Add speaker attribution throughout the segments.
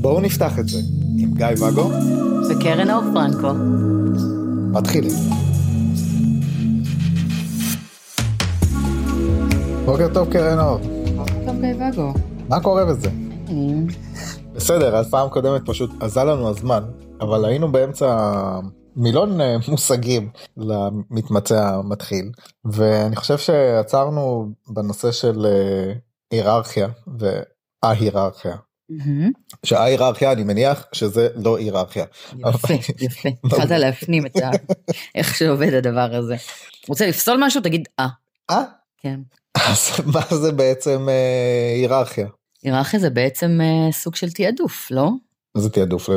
Speaker 1: בואו נפתח את זה עם גיא ואגו,
Speaker 2: וקרן אור פרנקו.
Speaker 1: מתחילים. בוקר טוב קרן אור,
Speaker 2: טוב, גיא ואגו.
Speaker 1: מה קורה בזה?
Speaker 2: אני-
Speaker 1: בסדר, אז פעם קודמת פשוט אזל לנו הזמן, אבל היינו באמצע מילון אה, מושגים למתמצא המתחיל, ואני חושב שעצרנו בנושא של אה, היררכיה וההיררכיה.
Speaker 2: מהמם.
Speaker 1: שההיררכיה אני מניח שזה לא היררכיה.
Speaker 2: יפה, יפה. התחלת להפנים את ה... איך שעובד הדבר הזה. רוצה לפסול משהו? תגיד אה.
Speaker 1: אה?
Speaker 2: כן.
Speaker 1: אז מה זה בעצם אה, היררכיה?
Speaker 2: היררכיה זה בעצם אה, סוג של תעדוף, לא?
Speaker 1: זה תעדוף. אה,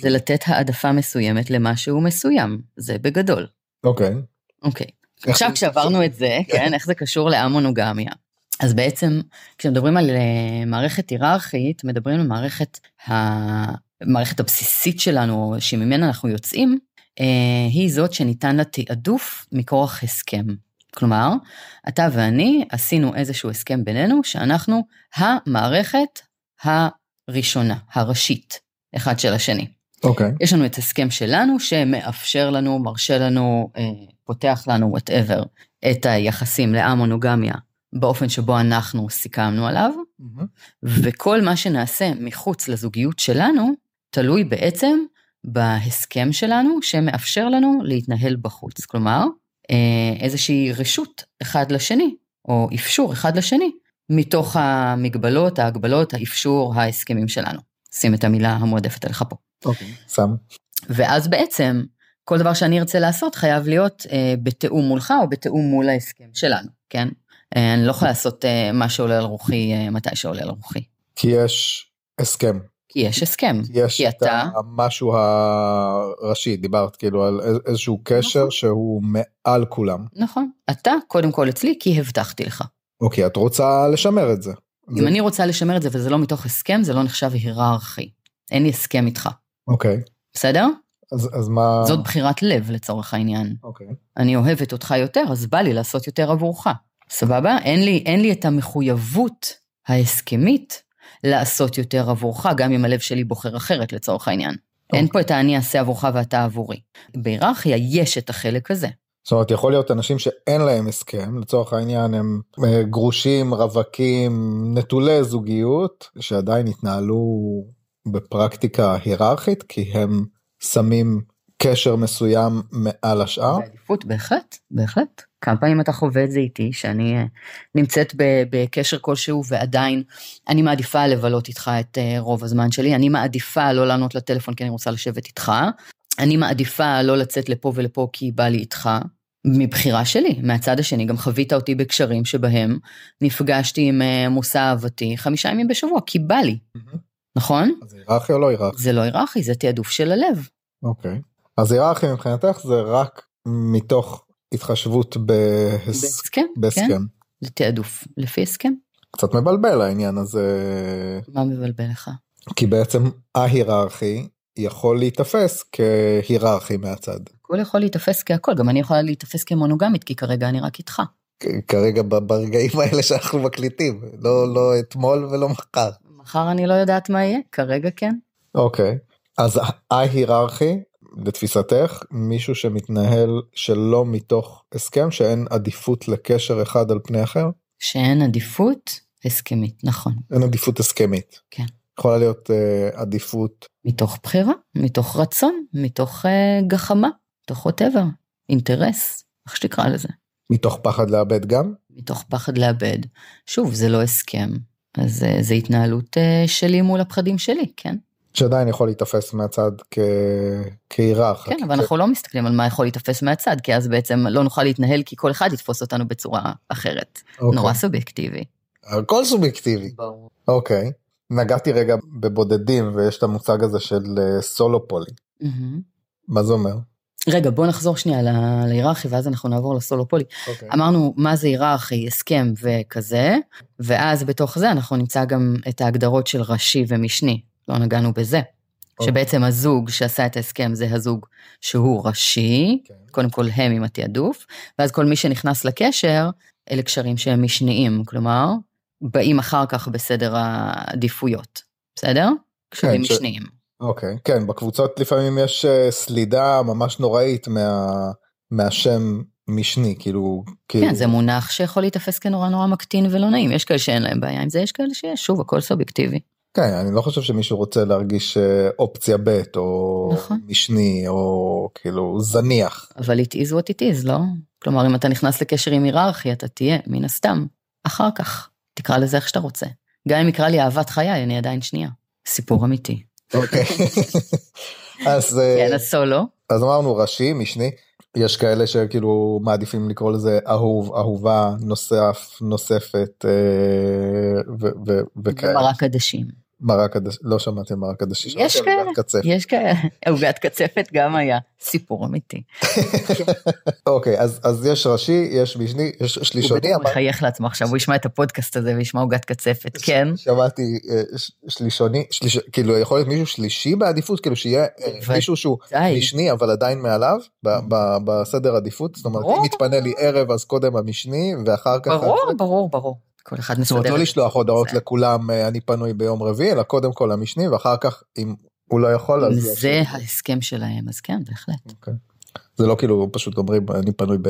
Speaker 2: זה לתת העדפה מסוימת למשהו מסוים. זה בגדול.
Speaker 1: אוקיי.
Speaker 2: אוקיי. עכשיו כשעברנו את זה, כן, איך זה קשור להמונוגמיה. אז בעצם, כשמדברים על אה, מערכת היררכית, מדברים על מערכת ה... המערכת הבסיסית שלנו, שממנה אנחנו יוצאים, אה, היא זאת שניתן לה תעדוף מכורח הסכם. כלומר, אתה ואני עשינו איזשהו הסכם בינינו, שאנחנו המערכת הראשונה, הראשית, אחד של השני.
Speaker 1: אוקיי.
Speaker 2: יש לנו את הסכם שלנו שמאפשר לנו, מרשה לנו, אה, פותח לנו, וואטאבר, את היחסים להמונוגמיה באופן שבו אנחנו סיכמנו עליו, וכל מה שנעשה מחוץ לזוגיות שלנו, תלוי בעצם בהסכם שלנו שמאפשר לנו להתנהל בחוץ. כלומר, אה, איזושהי רשות אחד לשני, או אפשור אחד לשני, מתוך המגבלות, ההגבלות, האפשור, ההסכמים שלנו. שים את המילה המועדפת עליך פה.
Speaker 1: אוקיי. סם.
Speaker 2: ואז בעצם כל דבר שאני ארצה לעשות חייב להיות אה, בתיאום מולך או בתיאום מול ההסכם שלנו, כן? אה, אני לא יכולה לעשות אה, מה שעולה על רוחי אה, מתי שעולה על רוחי,
Speaker 1: כי יש הסכם.
Speaker 2: כי יש הסכם.
Speaker 1: יש
Speaker 2: כי
Speaker 1: את
Speaker 2: אתה-
Speaker 1: המשהו הראשי, דיברת כאילו על איז- איזשהו קשר
Speaker 2: נכון.
Speaker 1: שהוא מעל כולם.
Speaker 2: נכון. אתה קודם כל אצלי כי הבטחתי לך.
Speaker 1: אוקיי, את רוצה לשמר את זה.
Speaker 2: אם
Speaker 1: זה-
Speaker 2: אני רוצה לשמר את זה וזה לא מתוך הסכם, זה לא נחשב היררכי. אין לי הסכם איתך,
Speaker 1: אוקיי.
Speaker 2: בסדר?
Speaker 1: אז אז מה...
Speaker 2: זאת בחירת לב לצורך העניין.
Speaker 1: אוקיי.
Speaker 2: אני אוהבת אותך יותר, אז בא לי לעשות יותר עבורך. סבבה? אין לי, אין לי את המחויבות ההסכמית לעשות יותר עבורך, גם אם הלב שלי בוחר אחרת לצורך העניין.
Speaker 1: אוקיי.
Speaker 2: אין פה את האני אעשה עבורך ואתה עבורי. בהיררכיה יש את החלק הזה.
Speaker 1: זאת אומרת, יכול להיות אנשים שאין להם הסכם, לצורך העניין הם אה, גרושים, רווקים, נטולי זוגיות, שעדיין התנהלו בפרקטיקה היררכית, כי הם שמים קשר מסוים מעל השאר.
Speaker 2: בעדיפות, בהחלט, בהחלט. כמה פעמים אתה חווה את זה איתי, שאני אה, נמצאת ב- בקשר כלשהו ועדיין אני מעדיפה לבלות איתך את אה, רוב הזמן שלי, אני מעדיפה לא לענות לטלפון כי אני רוצה לשבת איתך, אני מעדיפה לא לצאת לפה ולפה כי בא לי איתך. מבחירה שלי, מהצד השני, גם חווית אותי בקשרים שבהם נפגשתי עם אה, מושא אהבתי חמישה ימים בשבוע, כי בא לי, נכון?
Speaker 1: Mm-hmm. אז היררכי או לא היררכי?
Speaker 2: זה לא היררכי, זה תעדוף של הלב.
Speaker 1: אוקיי. אז היררכי מבחינתך זה רק מתוך התחשבות בהס...
Speaker 2: בהסכם, כן?
Speaker 1: בהסכם.
Speaker 2: זה תעדוף, לפי הסכם.
Speaker 1: קצת מבלבל העניין הזה,
Speaker 2: מה מבלבל לך?
Speaker 1: כי בעצם ההיררכי יכול להיתפס כהיררכי מהצד.
Speaker 2: הכל יכול להיתפס כהכל, גם אני יכולה להיתפס כמונוגמית, כי כרגע אני רק איתך.
Speaker 1: כ- כרגע ב- ברגעים האלה שאנחנו מקליטים, לא, לא אתמול ולא מחר.
Speaker 2: מחר אני לא יודעת מה יהיה, כרגע כן.
Speaker 1: אוקיי, אז ההיררכי, לתפיסתך, מישהו שמתנהל שלא מתוך הסכם, שאין עדיפות לקשר אחד על פני אחר,
Speaker 2: שאין עדיפות הסכמית, נכון.
Speaker 1: אין עדיפות הסכמית.
Speaker 2: כן.
Speaker 1: יכולה להיות אה, עדיפות,
Speaker 2: מתוך בחירה, מתוך רצון, מתוך אה, גחמה, מתוך whatever, אינטרס, איך שתקרא לזה.
Speaker 1: מתוך פחד לאבד גם?
Speaker 2: מתוך פחד לאבד. שוב, זה לא הסכם, אז אה, זה התנהלות אה, שלי מול הפחדים שלי, כן?
Speaker 1: שעדיין יכול להיתפס מהצד כ... כהיררכי.
Speaker 2: כן, אבל אנחנו לא מסתכלים על מה יכול להיתפס מהצד, כי אז בעצם לא נוכל להתנהל, כי כל אחד יתפוס אותנו בצורה אחרת.
Speaker 1: אוקיי.
Speaker 2: נורא סובייקטיבי.
Speaker 1: הכל סובייקטיבי.
Speaker 2: ברור.
Speaker 1: אוקיי. נגעתי רגע בבודדים, ויש את המושג הזה של אה, סולופולי. מה זה אומר?
Speaker 2: Mm-hmm. רגע, בוא נחזור שנייה ל- להיררכי, ואז אנחנו נעבור לסולופולי.
Speaker 1: אוקיי.
Speaker 2: אמרנו, מה זה היררכי, הסכם וכזה, ואז בתוך זה אנחנו נמצא גם את ההגדרות של ראשי ומשני. לא נגענו בזה.
Speaker 1: אוקיי.
Speaker 2: שבעצם הזוג שעשה את ההסכם זה הזוג שהוא ראשי,
Speaker 1: כן.
Speaker 2: קודם כל הם עם התעדוף, ואז כל מי שנכנס לקשר, אלה קשרים שהם משניים, כלומר, באים אחר כך בסדר העדיפויות, בסדר? קשרים
Speaker 1: כן, ש-
Speaker 2: משניים.
Speaker 1: אוקיי, כן, בקבוצות לפעמים יש אה, סלידה ממש נוראית מה, מהשם משני, כאילו, כאילו,
Speaker 2: כן, זה מונח שיכול להיתפס כנורא נורא מקטין ולא נעים. יש כאלה שאין להם בעיה עם זה, יש כאלה שיש, שוב, הכל סובייקטיבי.
Speaker 1: כן, אני לא חושב שמישהו רוצה להרגיש אה, אופציה ב' או
Speaker 2: נכון.
Speaker 1: משני או כאילו זניח.
Speaker 2: אבל it is what it is, לא? כלומר, אם אתה נכנס לקשר עם היררכי, אתה תהיה, מן הסתם, אחר כך. תקרא לזה איך שאתה רוצה. גם אם יקרא לי אהבת חיי, אני עדיין שנייה. סיפור אמיתי.
Speaker 1: אוקיי. אז, אה,
Speaker 2: כן, אז סולו.
Speaker 1: אז אמרנו ראשי, משני, יש כאלה שכאילו מעדיפים לקרוא לזה אהוב, אהובה, נוסף, נוספת אה, ו- ו- וכאלה.
Speaker 2: ומרק עדשים.
Speaker 1: מרק עדשי, לא שמעתם מרק עדשי.
Speaker 2: יש
Speaker 1: שמעתם
Speaker 2: כאלה.
Speaker 1: עוגת קצפת.
Speaker 2: יש כאלה, עוגת קצפת גם היה סיפור אמיתי.
Speaker 1: אוקיי, אז, אז יש ראשי, יש משני, יש
Speaker 2: הוא
Speaker 1: שלישוני,
Speaker 2: בטח
Speaker 1: אמר-
Speaker 2: מחייך לעצמו עכשיו, הוא ישמע את הפודקאסט הזה וישמע עוגת קצפת, כן?
Speaker 1: שמעתי אה, ש- שלישוני, שליש, כאילו יכול להיות מישהו שלישי בעדיפות, כאילו שיהיה אה,
Speaker 2: בוודאי.
Speaker 1: מישהו שהוא
Speaker 2: די.
Speaker 1: משני אבל עדיין מעליו ב, ב, בסדר עדיפות, זאת אומרת
Speaker 2: ברור.
Speaker 1: אם יתפנה לי ערב אז קודם המשני ואחר כך,
Speaker 2: ברור, ברור, ברור. כל אחד
Speaker 1: זאת אומרת
Speaker 2: מסדר.
Speaker 1: לא
Speaker 2: את
Speaker 1: לשלוח
Speaker 2: זה.
Speaker 1: הודעות
Speaker 2: זה-
Speaker 1: לכולם אה, אני פנוי ביום רביעי, אלא קודם כל המשני ואחר כך אם הוא לא יכול אז יש-
Speaker 2: זה ההסכם שלהם, אז כן, בהחלט.
Speaker 1: זה לא כאילו פשוט אומרים אני פנוי ב...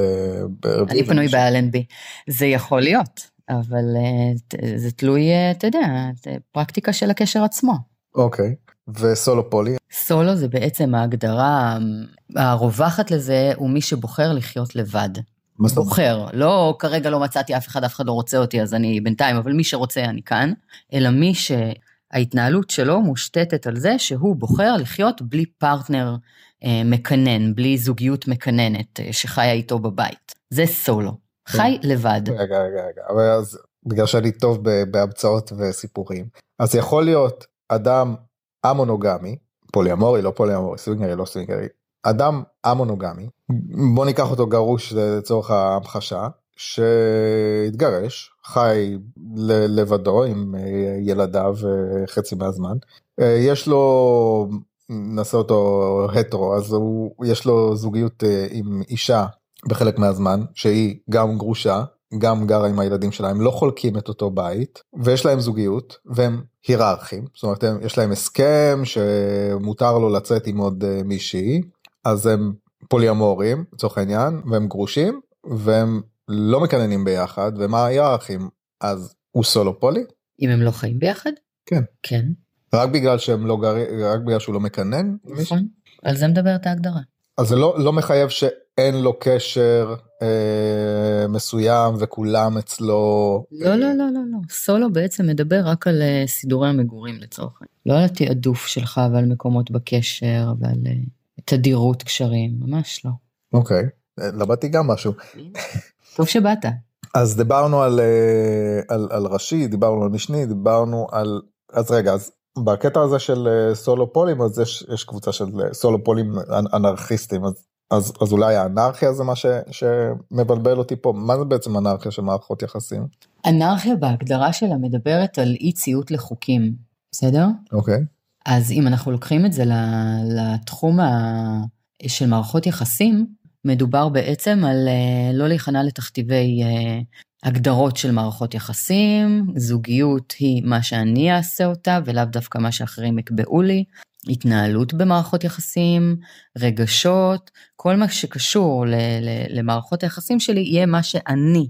Speaker 1: ברביעי
Speaker 2: אני פנוי
Speaker 1: ומשני."
Speaker 2: ב-L&B. זה יכול להיות, אבל אה, ת- זה תלוי, אה, אתה יודע, אה, פרקטיקה של הקשר עצמו.
Speaker 1: אוקיי, וסולו פולי,
Speaker 2: סולו זה בעצם ההגדרה הרווחת לזה, הוא מי שבוחר לחיות לבד.
Speaker 1: מה זאת אומרת?
Speaker 2: בוחר, לא כרגע לא מצאתי אף אחד, אף אחד לא רוצה אותי, אז אני בינתיים, אבל מי שרוצה אני כאן, אלא מי שההתנהלות שלו מושתתת על זה שהוא בוחר לחיות בלי פרטנר אה, מקנן, בלי זוגיות מקננת אה, שחיה איתו בבית. זה סולו.
Speaker 1: כן.
Speaker 2: חי לבד.
Speaker 1: רגע, רגע, רגע, אבל אז בגלל שאני טוב ב- בהמצאות וסיפורים, אז יכול להיות אדם א-מונוגמי, פוליאמורי, לא פוליאמורי, סווינגרי, לא סווינגרי, אדם א-מונוגמי, בוא ניקח אותו גרוש לצורך ההמחשה, שהתגרש, חי ל- לבדו עם אה, ילדיו אה, חצי מהזמן, אה, יש לו, נעשה אותו הטרו, אז הוא, יש לו זוגיות אה, עם אישה בחלק מהזמן שהיא גם גרושה גם גרה עם הילדים שלה הם לא חולקים את אותו בית ויש להם זוגיות והם היררכיים זאת אומרת הם, יש להם הסכם שמותר לו לצאת עם עוד אה, מישהי אז הם פוליאמורים לצורך העניין והם גרושים והם לא מקננים ביחד ומה היררכיים אז הוא סולופולי
Speaker 2: אם הם לא חיים ביחד?
Speaker 1: כן.
Speaker 2: כן,
Speaker 1: רק בגלל שהם לא גרים רק בגלל שהוא לא מקנן עם מישהי?
Speaker 2: נכון. על זה מדברת ההגדרה.
Speaker 1: אז זה לא, לא מחייב שאין לו קשר אה, מסוים וכולם אצלו. אה,
Speaker 2: לא, לא, לא, לא, לא. סולו בעצם מדבר רק על אה, סידורי המגורים לצורך העניין. לא על התעדוף שלך ועל מקומות בקשר ועל אה, תדירות קשרים, ממש לא.
Speaker 1: אוקיי, אה, למדתי גם משהו.
Speaker 2: טוב שבאת.
Speaker 1: אז דיברנו על, אה, על, על ראשי, דיברנו על משני, דיברנו על... אז רגע, אז בקטע הזה של אה, סולופולים, אז יש, יש קבוצה של אה, סולופולים אנ- אנרכיסטים, אז, אז, אז אולי האנרכיה זה מה ש, שמבלבל אותי פה? מה זה בעצם אנרכיה של מערכות יחסים?
Speaker 2: אנרכיה בהגדרה שלה מדברת על אי ציות לחוקים, בסדר?
Speaker 1: אוקיי.
Speaker 2: אז אם אנחנו לוקחים את זה ל- לתחום ה- של מערכות יחסים, מדובר בעצם על אה, לא להיכנע לתכתיבי אה, הגדרות של מערכות יחסים, זוגיות היא מה שאני אעשה אותה ולאו דווקא מה שאחרים יקבעו לי, התנהלות במערכות יחסים, רגשות, כל מה שקשור ל- ל- למערכות היחסים שלי יהיה מה שאני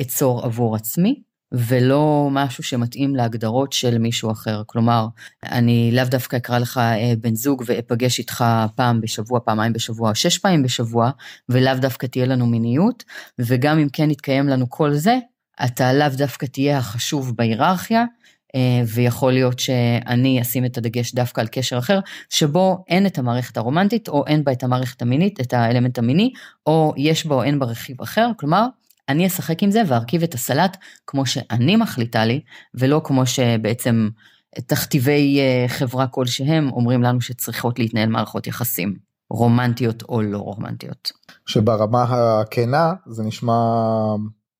Speaker 2: אצור עבור עצמי. ולא משהו שמתאים להגדרות של מישהו אחר. כלומר, אני לאו דווקא אקרא לך אה, בן זוג ואפגש איתך פעם בשבוע, פעמיים בשבוע, שש פעמים בשבוע, ולאו דווקא תהיה לנו מיניות, וגם אם כן יתקיים לנו כל זה, אתה לאו דווקא תהיה החשוב בהיררכיה, אה, ויכול להיות שאני אשים את הדגש דווקא על קשר אחר, שבו אין את המערכת הרומנטית, או אין בה את המערכת המינית, את האלמנט המיני, או יש בה או אין בה רכיב אחר, כלומר, אני אשחק עם זה וארכיב את הסלט כמו שאני מחליטה לי, ולא כמו שבעצם תכתיבי אה, חברה כלשהם אומרים לנו שצריכות להתנהל מערכות יחסים, רומנטיות או לא רומנטיות.
Speaker 1: שברמה הכנה זה נשמע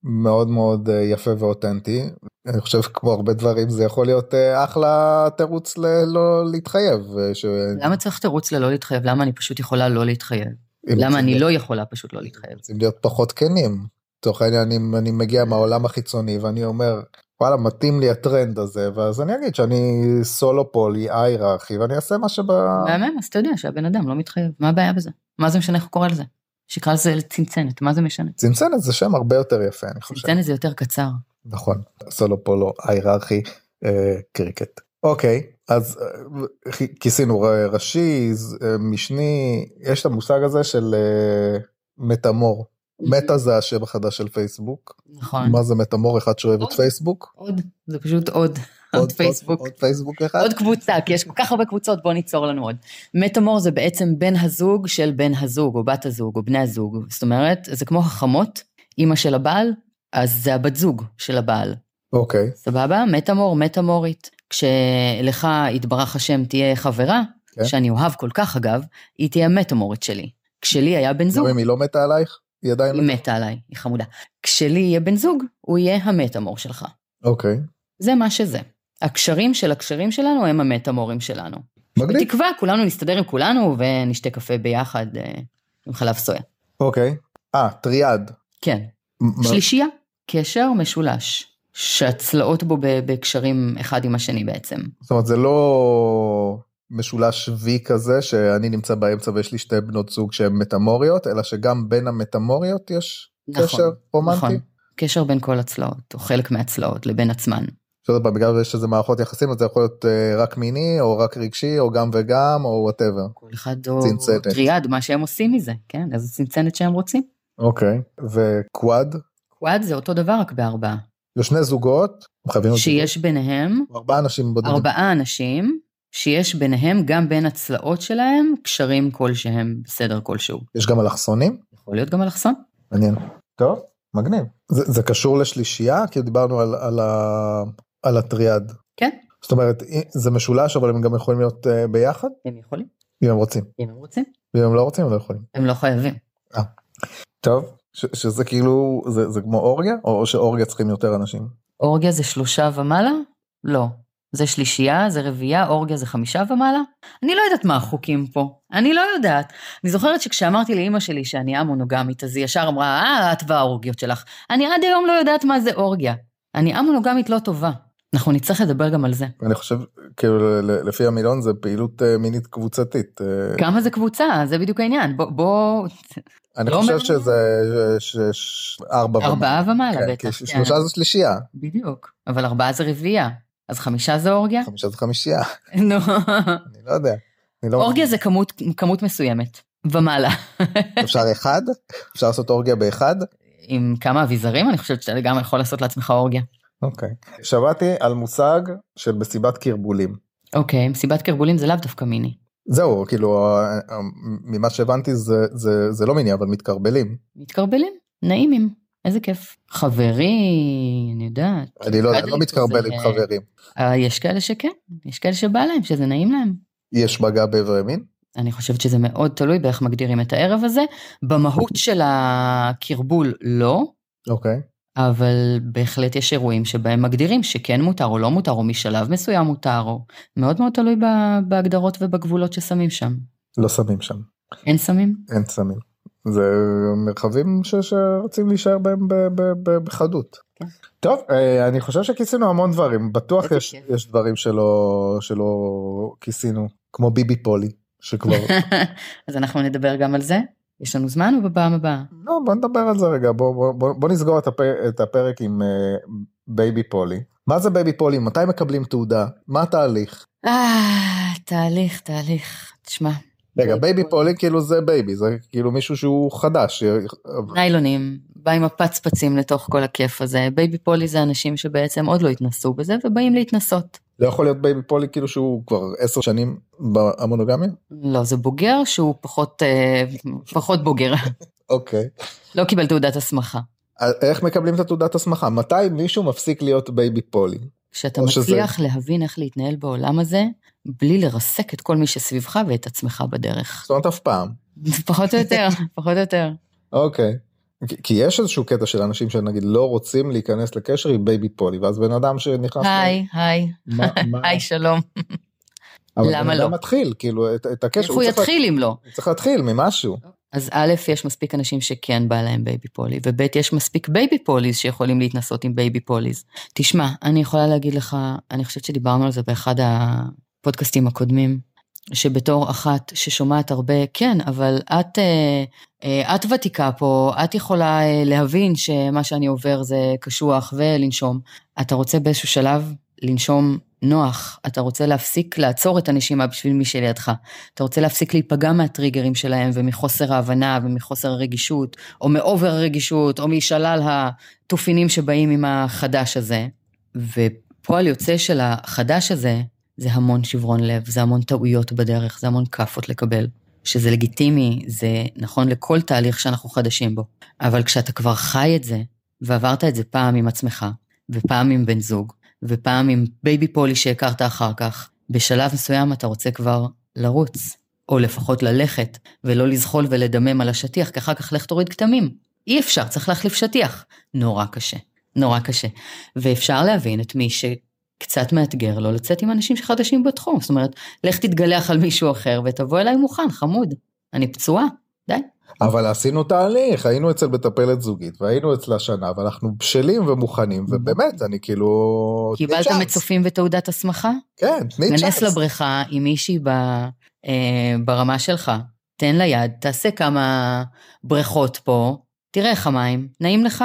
Speaker 1: מאוד מאוד אה, יפה ואותנטי. אני חושב כמו הרבה דברים זה יכול להיות אה, אחלה תירוץ ללא להתחייב. אה, ש...
Speaker 2: למה צריך תירוץ ללא להתחייב? למה אני פשוט יכולה לא להתחייב?
Speaker 1: אם
Speaker 2: למה
Speaker 1: רוצים
Speaker 2: אני
Speaker 1: להיות-
Speaker 2: לא יכולה פשוט לא להתחייב?
Speaker 1: רוצים להיות פחות כנים. לצורך העניין אם אני מגיע
Speaker 2: כן.
Speaker 1: מהעולם החיצוני ואני אומר וואלה מתאים לי הטרנד הזה ואז אני אגיד שאני סולופולי אייררכי ואני אעשה מה שב...
Speaker 2: מהמם, אז אתה יודע שהבן אדם לא מתחייב, מה הבעיה בזה? מה זה משנה איך הוא קורא לזה? שיקרא לזה צנצנת, מה זה משנה?
Speaker 1: צנצנת זה שם הרבה יותר יפה אני חושב.
Speaker 2: צנצנת זה יותר קצר.
Speaker 1: נכון, סולופולו אייררכי אה, קריקט. אוקיי, אז אה, כ- כיסינו ר- ראשי, ז- אה, משני, יש את המושג הזה של אה, מטאמור. מטא זה השם החדש של פייסבוק.
Speaker 2: נכון. אוקיי.
Speaker 1: מה זה מטאמור אחד שאוהב את
Speaker 2: עוד?
Speaker 1: פייסבוק?
Speaker 2: עוד, זה פשוט עוד, עוד פייסבוק.
Speaker 1: עוד פייסבוק אחד?
Speaker 2: עוד קבוצה, כי יש כל כך הרבה קבוצות, בוא ניצור לנו עוד. מטאמור זה בעצם בן הזוג של בן הזוג, או בת הזוג, או בני הזוג. זאת אומרת, זה כמו החמות, אימא של הבעל, אז זה הבת זוג של הבעל.
Speaker 1: אוקיי,
Speaker 2: סבבה? מטאמור, מטאמורית. כשלך, יתברך השם, תהיה חברה,
Speaker 1: כן.
Speaker 2: שאני אוהב כל כך אגב, היא תהיה המטאמורית שלי. כשלי היה בן זוג,
Speaker 1: גם אם היא לא מתה עלייך? היא עדיין...
Speaker 2: היא מתה עליי, היא חמודה. כשלי יהיה בן זוג, הוא יהיה המטאמור שלך.
Speaker 1: אוקיי,
Speaker 2: זה מה שזה. הקשרים של הקשרים שלנו הם המטאמורים שלנו.
Speaker 1: מגניב.
Speaker 2: בתקווה, כולנו נסתדר עם כולנו ונשתה קפה ביחד אה, עם חלב סויה.
Speaker 1: אוקיי. אה, טריאד.
Speaker 2: כן.
Speaker 1: מ-
Speaker 2: שלישייה, קשר משולש, שהצלעות בו ב- בקשרים אחד עם השני בעצם.
Speaker 1: זאת אומרת זה לא משולש וי כזה שאני נמצא באמצע ויש לי שתי בנות זוג שהן מטמוריות אלא שגם בין המטמוריות יש
Speaker 2: נכון,
Speaker 1: קשר רומנטי.
Speaker 2: נכון. קשר בין כל הצלעות, או חלק מהצלעות, לבין עצמן.
Speaker 1: שעוד פעם, בגלל שזה מערכות יחסים אז זה יכול להיות אה, רק מיני או רק רגשי או גם וגם או וואטאבר.
Speaker 2: כל אחד או
Speaker 1: צנצנת.
Speaker 2: טריאד, מה שהם עושים מזה, כן? איזו צנצנת שהם רוצים.
Speaker 1: אוקיי. וקוואד
Speaker 2: קוואד זה אותו דבר רק בארבעה.
Speaker 1: זה שני זוגות. הם חייבים להיות
Speaker 2: שיש ביניהם
Speaker 1: זוגות. ארבעה אנשים בודדים.
Speaker 2: ארבעה אנשים, שיש ביניהם גם בין הצלעות שלהם קשרים כלשהם בסדר כלשהו.
Speaker 1: יש גם אלכסונים?
Speaker 2: יכול להיות גם אלכסון?
Speaker 1: מעניין. טוב. מגניב. זה, זה קשור לשלישייה כי דיברנו על, על, ה, על הטריאד.
Speaker 2: כן,
Speaker 1: זאת אומרת זה משולש אבל הם גם יכולים להיות אה, ביחד
Speaker 2: הם יכולים,
Speaker 1: אם הם רוצים.
Speaker 2: אם הם רוצים.
Speaker 1: ואם הם לא רוצים הם לא יכולים.
Speaker 2: הם לא חייבים.
Speaker 1: טוב. ש, שזה כאילו זה, זה כמו אורגיה או שאורגיה צריכים יותר אנשים.
Speaker 2: אורגיה זה שלושה ומעלה? לא. זה שלישייה, זה רביעייה, אורגיה זה חמישה ומעלה? אני לא יודעת מה החוקים פה. אני לא יודעת. אני זוכרת שכשאמרתי לאימא שלי שאני א-מונוגמית, אז היא ישר אמרה, אה, את והאורגיות שלך. אני עד היום לא יודעת מה זה אורגיה. אני א-מונוגמית לא טובה. אנחנו נצטרך לדבר גם על זה.
Speaker 1: אני חושב כאילו ל- ל- לפי המילון זה פעילות אה, מינית קבוצתית. אה,
Speaker 2: כמה זה קבוצה? זה בדיוק העניין. בוא, בוא
Speaker 1: אני
Speaker 2: לא
Speaker 1: חושב
Speaker 2: מעניין.
Speaker 1: שזה ש- ש- ש- ארבע
Speaker 2: ארבעה ומעלה
Speaker 1: כן,
Speaker 2: בטח.
Speaker 1: כי ש-
Speaker 2: כן.
Speaker 1: שלושה זה שלישייה
Speaker 2: בדיוק. אבל ארבעה זה רביעייה. אז חמישה זה אורגיה?
Speaker 1: חמישה זה חמישייה
Speaker 2: נו.
Speaker 1: אני לא יודע. אני לא-
Speaker 2: אורגיה זה כמות, כמות מסוימת. ומעלה.
Speaker 1: אפשר אחד אפשר לעשות אורגיה באחד.
Speaker 2: עם כמה אביזרים, אני חושבת שאתה לגמרי יכול לעשות לעצמך אורגיה.
Speaker 1: אוקיי. שמעתי על מושג של מסיבת קרבולים.
Speaker 2: אוקיי, מסיבת קרבולים זה לאו דווקא מיני.
Speaker 1: זהו כאילו ה- ה- ממה שהבנתי זה זה זה לא מיני אבל מתקרבלים.
Speaker 2: מתקרבלים, נעימים, איזה כיף. חברי, אני יודעת.
Speaker 1: אני לא יודע, אני לא
Speaker 2: אדלית
Speaker 1: מתקרבל
Speaker 2: זה-
Speaker 1: עם חברים.
Speaker 2: אה, יש כאלה שכן, יש כאלה שבא להם, שזה נעים להם.
Speaker 1: יש מגע באיברי מין?
Speaker 2: אני חושבת שזה מאוד תלוי באיך מגדירים את הערב הזה. במהות של הקרבול לא,
Speaker 1: אוקיי.
Speaker 2: אבל בהחלט יש אירועים שבהם מגדירים שכן מותר או לא מותר, או משלב מסוים מותר, או מאוד מאוד תלוי ב- בהגדרות ובגבולות ששמים שם.
Speaker 1: לא שמים שם,
Speaker 2: אין סמים?
Speaker 1: אין שמים. זה מרחבים ש- שרוצים להישאר בהם ב- ב- ב- בחדות.
Speaker 2: כן.
Speaker 1: טוב, אה, אני חושב שכיסינו המון דברים, בטוח
Speaker 2: איזה
Speaker 1: יש-
Speaker 2: כיף.
Speaker 1: יש דברים שלא שלא כיסינו, כמו ביבי פולי, שכבר...
Speaker 2: אז אנחנו נדבר גם על זה. יש לנו זמן או בפעם הבאה?
Speaker 1: לא, בוא נדבר על זה רגע, בוא- בוא בוא- בוא נסגור את הפ- את הפרק עם אה, בייבי פולי. מה זה בייבי פולי? מתי מקבלים תעודה? מה התהליך?
Speaker 2: אה, תהליך, תהליך. תשמע,
Speaker 1: רגע,
Speaker 2: בייבי
Speaker 1: בייבי
Speaker 2: פולי.
Speaker 1: פולי כאילו זה בייבי, זה כאילו מישהו שהוא חדש.
Speaker 2: ניילונים, בא עם הפצפצים לתוך כל הכיף הזה. בייבי פולי זה אנשים שבעצם עוד לא התנסו בזה ובאים להתנסות.
Speaker 1: לא יכול להיות בייבי פולי כאילו שהוא כבר עשר שנים במונוגמיה?
Speaker 2: לא, זה בוגר שהוא פחות, אה, פחות בוגר.
Speaker 1: אוקיי.
Speaker 2: לא קיבל תעודת הסמכה.
Speaker 1: אז איך מקבלים את התעודת הסמכה? מתי מישהו מפסיק להיות בייבי פולי?
Speaker 2: כשאתה
Speaker 1: או שזה-
Speaker 2: מצליח להבין איך להתנהל בעולם הזה, בלי לרסק את כל מי שסביבך ואת עצמך בדרך.
Speaker 1: זאת אומרת אף פעם.
Speaker 2: פחות או יותר, פחות או יותר.
Speaker 1: אוקיי. כי- כי יש איזשהו קטע של אנשים שנגיד לא רוצים להיכנס לקשר עם בייבי פולי, ואז בן אדם שנכנס...
Speaker 2: היי, היי,
Speaker 1: מה- מה-
Speaker 2: היי, שלום.
Speaker 1: אבל
Speaker 2: למה
Speaker 1: בן אדם
Speaker 2: לא?
Speaker 1: מתחיל, כאילו, את, את הקשר,
Speaker 2: איך הוא
Speaker 1: צריך, לה-
Speaker 2: יתחיל אוקיי. אם לא?
Speaker 1: הוא צריך להתחיל ממשהו.
Speaker 2: אז א', יש מספיק אנשים שכן בא להם בייבי פולי, וב', יש מספיק בייבי פוליז שיכולים להתנסות עם בייבי פוליז. תשמע, אני יכולה להגיד לך, אני חושבת שדיברנו על זה באחד הפודקאסטים הקודמים, שבתור אחת ששומעת הרבה, כן, אבל את, אה, את ותיקה פה, את יכולה אה, להבין שמה שאני עובר זה קשוח ולנשום. אתה רוצה באיזשהו שלב לנשום נוח, אתה רוצה להפסיק לעצור את הנשימה בשביל מי שלידך, אתה רוצה להפסיק להיפגע מהטריגרים שלהם ומחוסר ההבנה ומחוסר הרגישות, או מאובר הרגישות, או משלל התופינים שבאים עם החדש הזה. ופועל יוצא של החדש הזה, זה המון שברון לב, זה המון טעויות בדרך, זה המון כאפות לקבל. שזה לגיטימי, זה נכון לכל תהליך שאנחנו חדשים בו. אבל כשאתה כבר חי את זה, ועברת את זה פעם עם עצמך, ופעם עם בן זוג, ופעם עם בייבי פולי שהכרת אחר כך, בשלב מסוים אתה רוצה כבר לרוץ, או לפחות ללכת, ולא לזחול ולדמם על השטיח, כי אחר כך לך תוריד כתמים. אי אפשר, צריך להחליף שטיח. נורא קשה, נורא קשה. ואפשר להבין את מי ש... קצת מאתגר לו לצאת עם אנשים שחדשים בתחום. זאת אומרת, לך תתגלח על מישהו אחר ותבוא אליי מוכן, חמוד. אני פצועה, די.
Speaker 1: אבל עשינו תהליך, היינו אצל מטפלת זוגית והיינו אצלה שנה ואנחנו בשלים ומוכנים ובאמת אני כאילו...
Speaker 2: אוקיי. קיבלת מצופים ותעודת הסמכה?
Speaker 1: כן, תני צ'אנס.
Speaker 2: כנס לבריכה עם מישהי ב, אה, ברמה שלך, תן לה יד, תעשה כמה בריכות פה, תראה איך המים, נעים לך?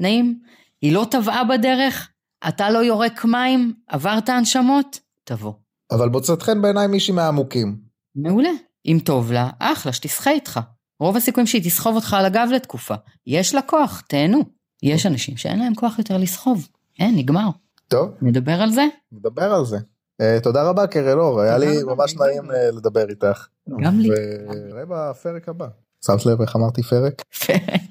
Speaker 2: נעים? היא לא טבעה בדרך? אתה לא יורק מים? עברת הנשמות? תבוא.
Speaker 1: אבל מוצאת חן בעיניי מישהי מהעמוקים.
Speaker 2: מעולה. אם טוב לה, אחלה, שתשחה איתך. רוב הסיכויים שהיא תסחוב אותך על הגב לתקופה. יש לה כוח, תהנו. יש אנשים שאין להם כוח יותר לסחוב. אין, נגמר.
Speaker 1: טוב.
Speaker 2: נדבר על זה?
Speaker 1: נדבר על זה. Uh, תודה רבה קרל אור, היה לי ממש נעים uh, לדבר איתך.
Speaker 2: גם לי.
Speaker 1: ונראה בפרק הבא. שמת לב איך אמרתי פרק?
Speaker 2: פרק.